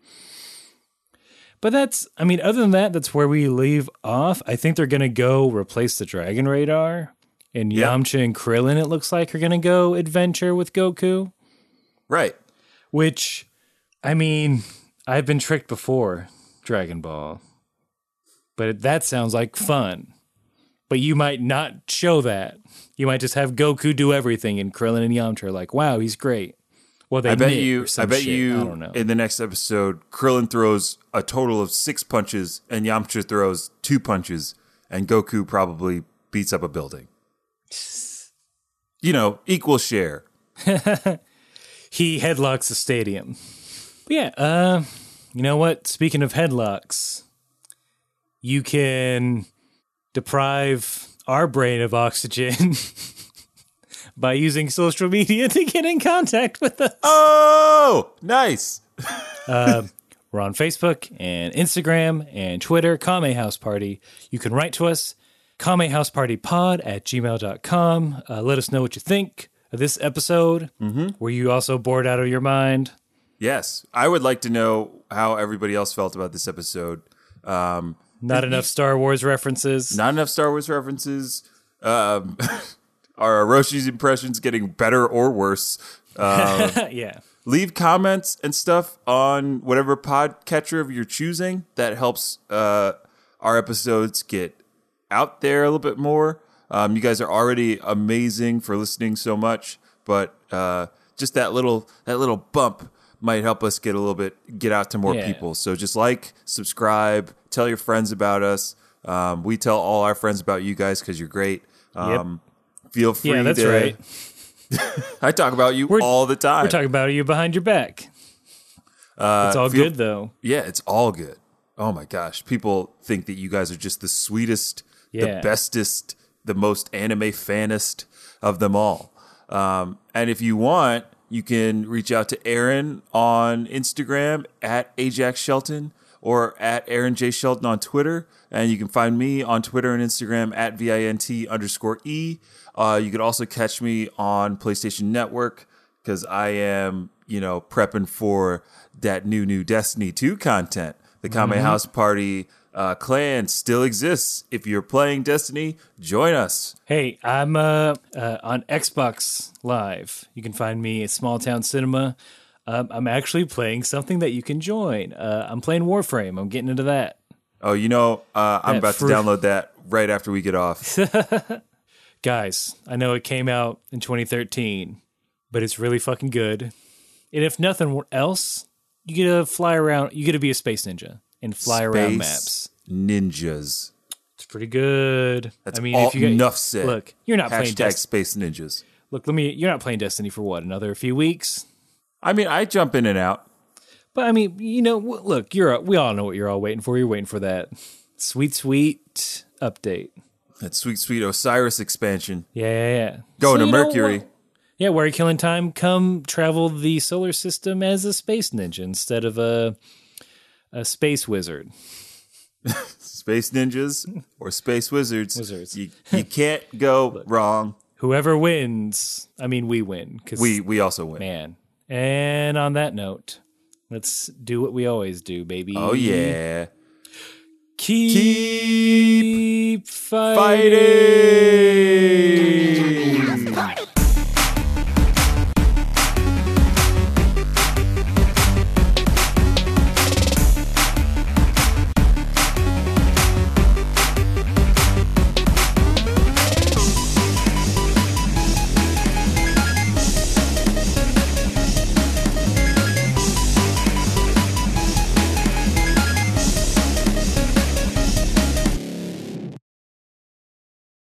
S1: But that's, I mean, other than that, that's where we leave off. I think they're going to go replace the Dragon Radar. And
S2: Yeah.
S1: Yamcha and Krillin, it looks like, are going to go adventure with Goku.
S2: Right.
S1: Which, I mean, I've been tricked before, Dragon Ball. But that sounds like fun. but you might not show that. You might just have Goku do everything, and Krillin and Yamcha are like, "Wow, he's great." Well, they
S2: I bet
S1: knit
S2: you.
S1: Or
S2: I
S1: some
S2: bet
S1: shit.
S2: you.
S1: I don't know.
S2: In the next episode, Krillin throws a total of six punches, and Yamcha throws two punches, and Goku probably beats up a building. You know, equal share.
S1: he headlocks the stadium. But yeah, uh, you know what? Speaking of headlocks, you can deprive our brain of oxygen by using social media to get in contact with us.
S2: Oh, nice.
S1: We're on Facebook and Instagram and Twitter, Kame House Party. You can write to us, kamehousepartypod at gmail.com. Uh, let us know what you think of this episode. Mm-hmm. Were you also bored out of your mind?
S2: Yes, I would like to know how everybody else felt about this episode. Um,
S1: Not enough Star Wars references.
S2: not enough Star Wars references. Um, are Roshi's impressions getting better or worse?
S1: yeah.
S2: Leave comments and stuff on whatever podcatcher of your choosing. That helps uh, our episodes get out there a little bit more. Um, you guys are already amazing for listening so much, but uh, just that little that little bump might help us get a little bit get out to more
S1: Yeah.
S2: people. So just like, subscribe, tell your friends about us. Um, we tell all our friends about you guys because you're great. Um, Feel free.
S1: Yeah, that's
S2: to,
S1: right.
S2: I talk about you all the time.
S1: We're talking about you behind your back. it's all
S2: Uh, feel-
S1: good though.
S2: Yeah, it's all good. Oh my gosh. People think that you guys are just the sweetest, the
S1: Yeah.
S2: bestest, the most anime fanist of them all. Um, and if you want, you can reach out to Aaron on Instagram at Ajax Shelton or at Aaron J. Shelton on Twitter. And you can find me on Twitter and Instagram at VINT underscore E. Uh, you can also catch me on PlayStation Network because I am, you know, prepping for that new new Destiny 2 content. The Kame
S1: Mm-hmm.
S2: House Party uh, clan still exists. If you're playing Destiny, join us.
S1: Hey, I'm uh, uh, on Xbox Live. You can find me at Small Town Cinema. Um, I'm actually playing something that you can join. Uh, I'm playing Warframe. I'm getting into that.
S2: Oh, you know, uh, I'm
S1: That
S2: about
S1: fru-
S2: to download that right after we get off.
S1: Guys, I know it came out in 2013, but it's really fucking good. And if nothing else, you get to fly around. You get to be a space ninja and fly around
S2: Space
S1: maps.
S2: Ninjas.
S1: It's pretty good.
S2: That's
S1: I mean,
S2: all,
S1: if you get,
S2: enough said.
S1: Look, you're not playing
S2: Hashtag
S1: Destiny.
S2: Space Ninjas.
S1: look let me you're not playing destiny for what another few weeks
S2: I mean, I jump in and out.
S1: but i mean you know w- look you're we all know what you're all waiting for you're waiting for that sweet sweet update
S2: That sweet, sweet Osiris expansion.
S1: yeah yeah yeah
S2: Going to
S1: So you know
S2: Mercury.
S1: what- yeah where you're killing time come travel the solar system as a space ninja instead of a a space wizard
S2: Space Ninjas or Space Wizards.
S1: Wizards.
S2: You, you can't go wrong.
S1: whoever wins i mean we win because
S2: We we also win.
S1: man and on that note let's do what we always do baby
S2: Oh yeah.
S1: keep,
S2: Keep
S1: fighting.
S2: fighting.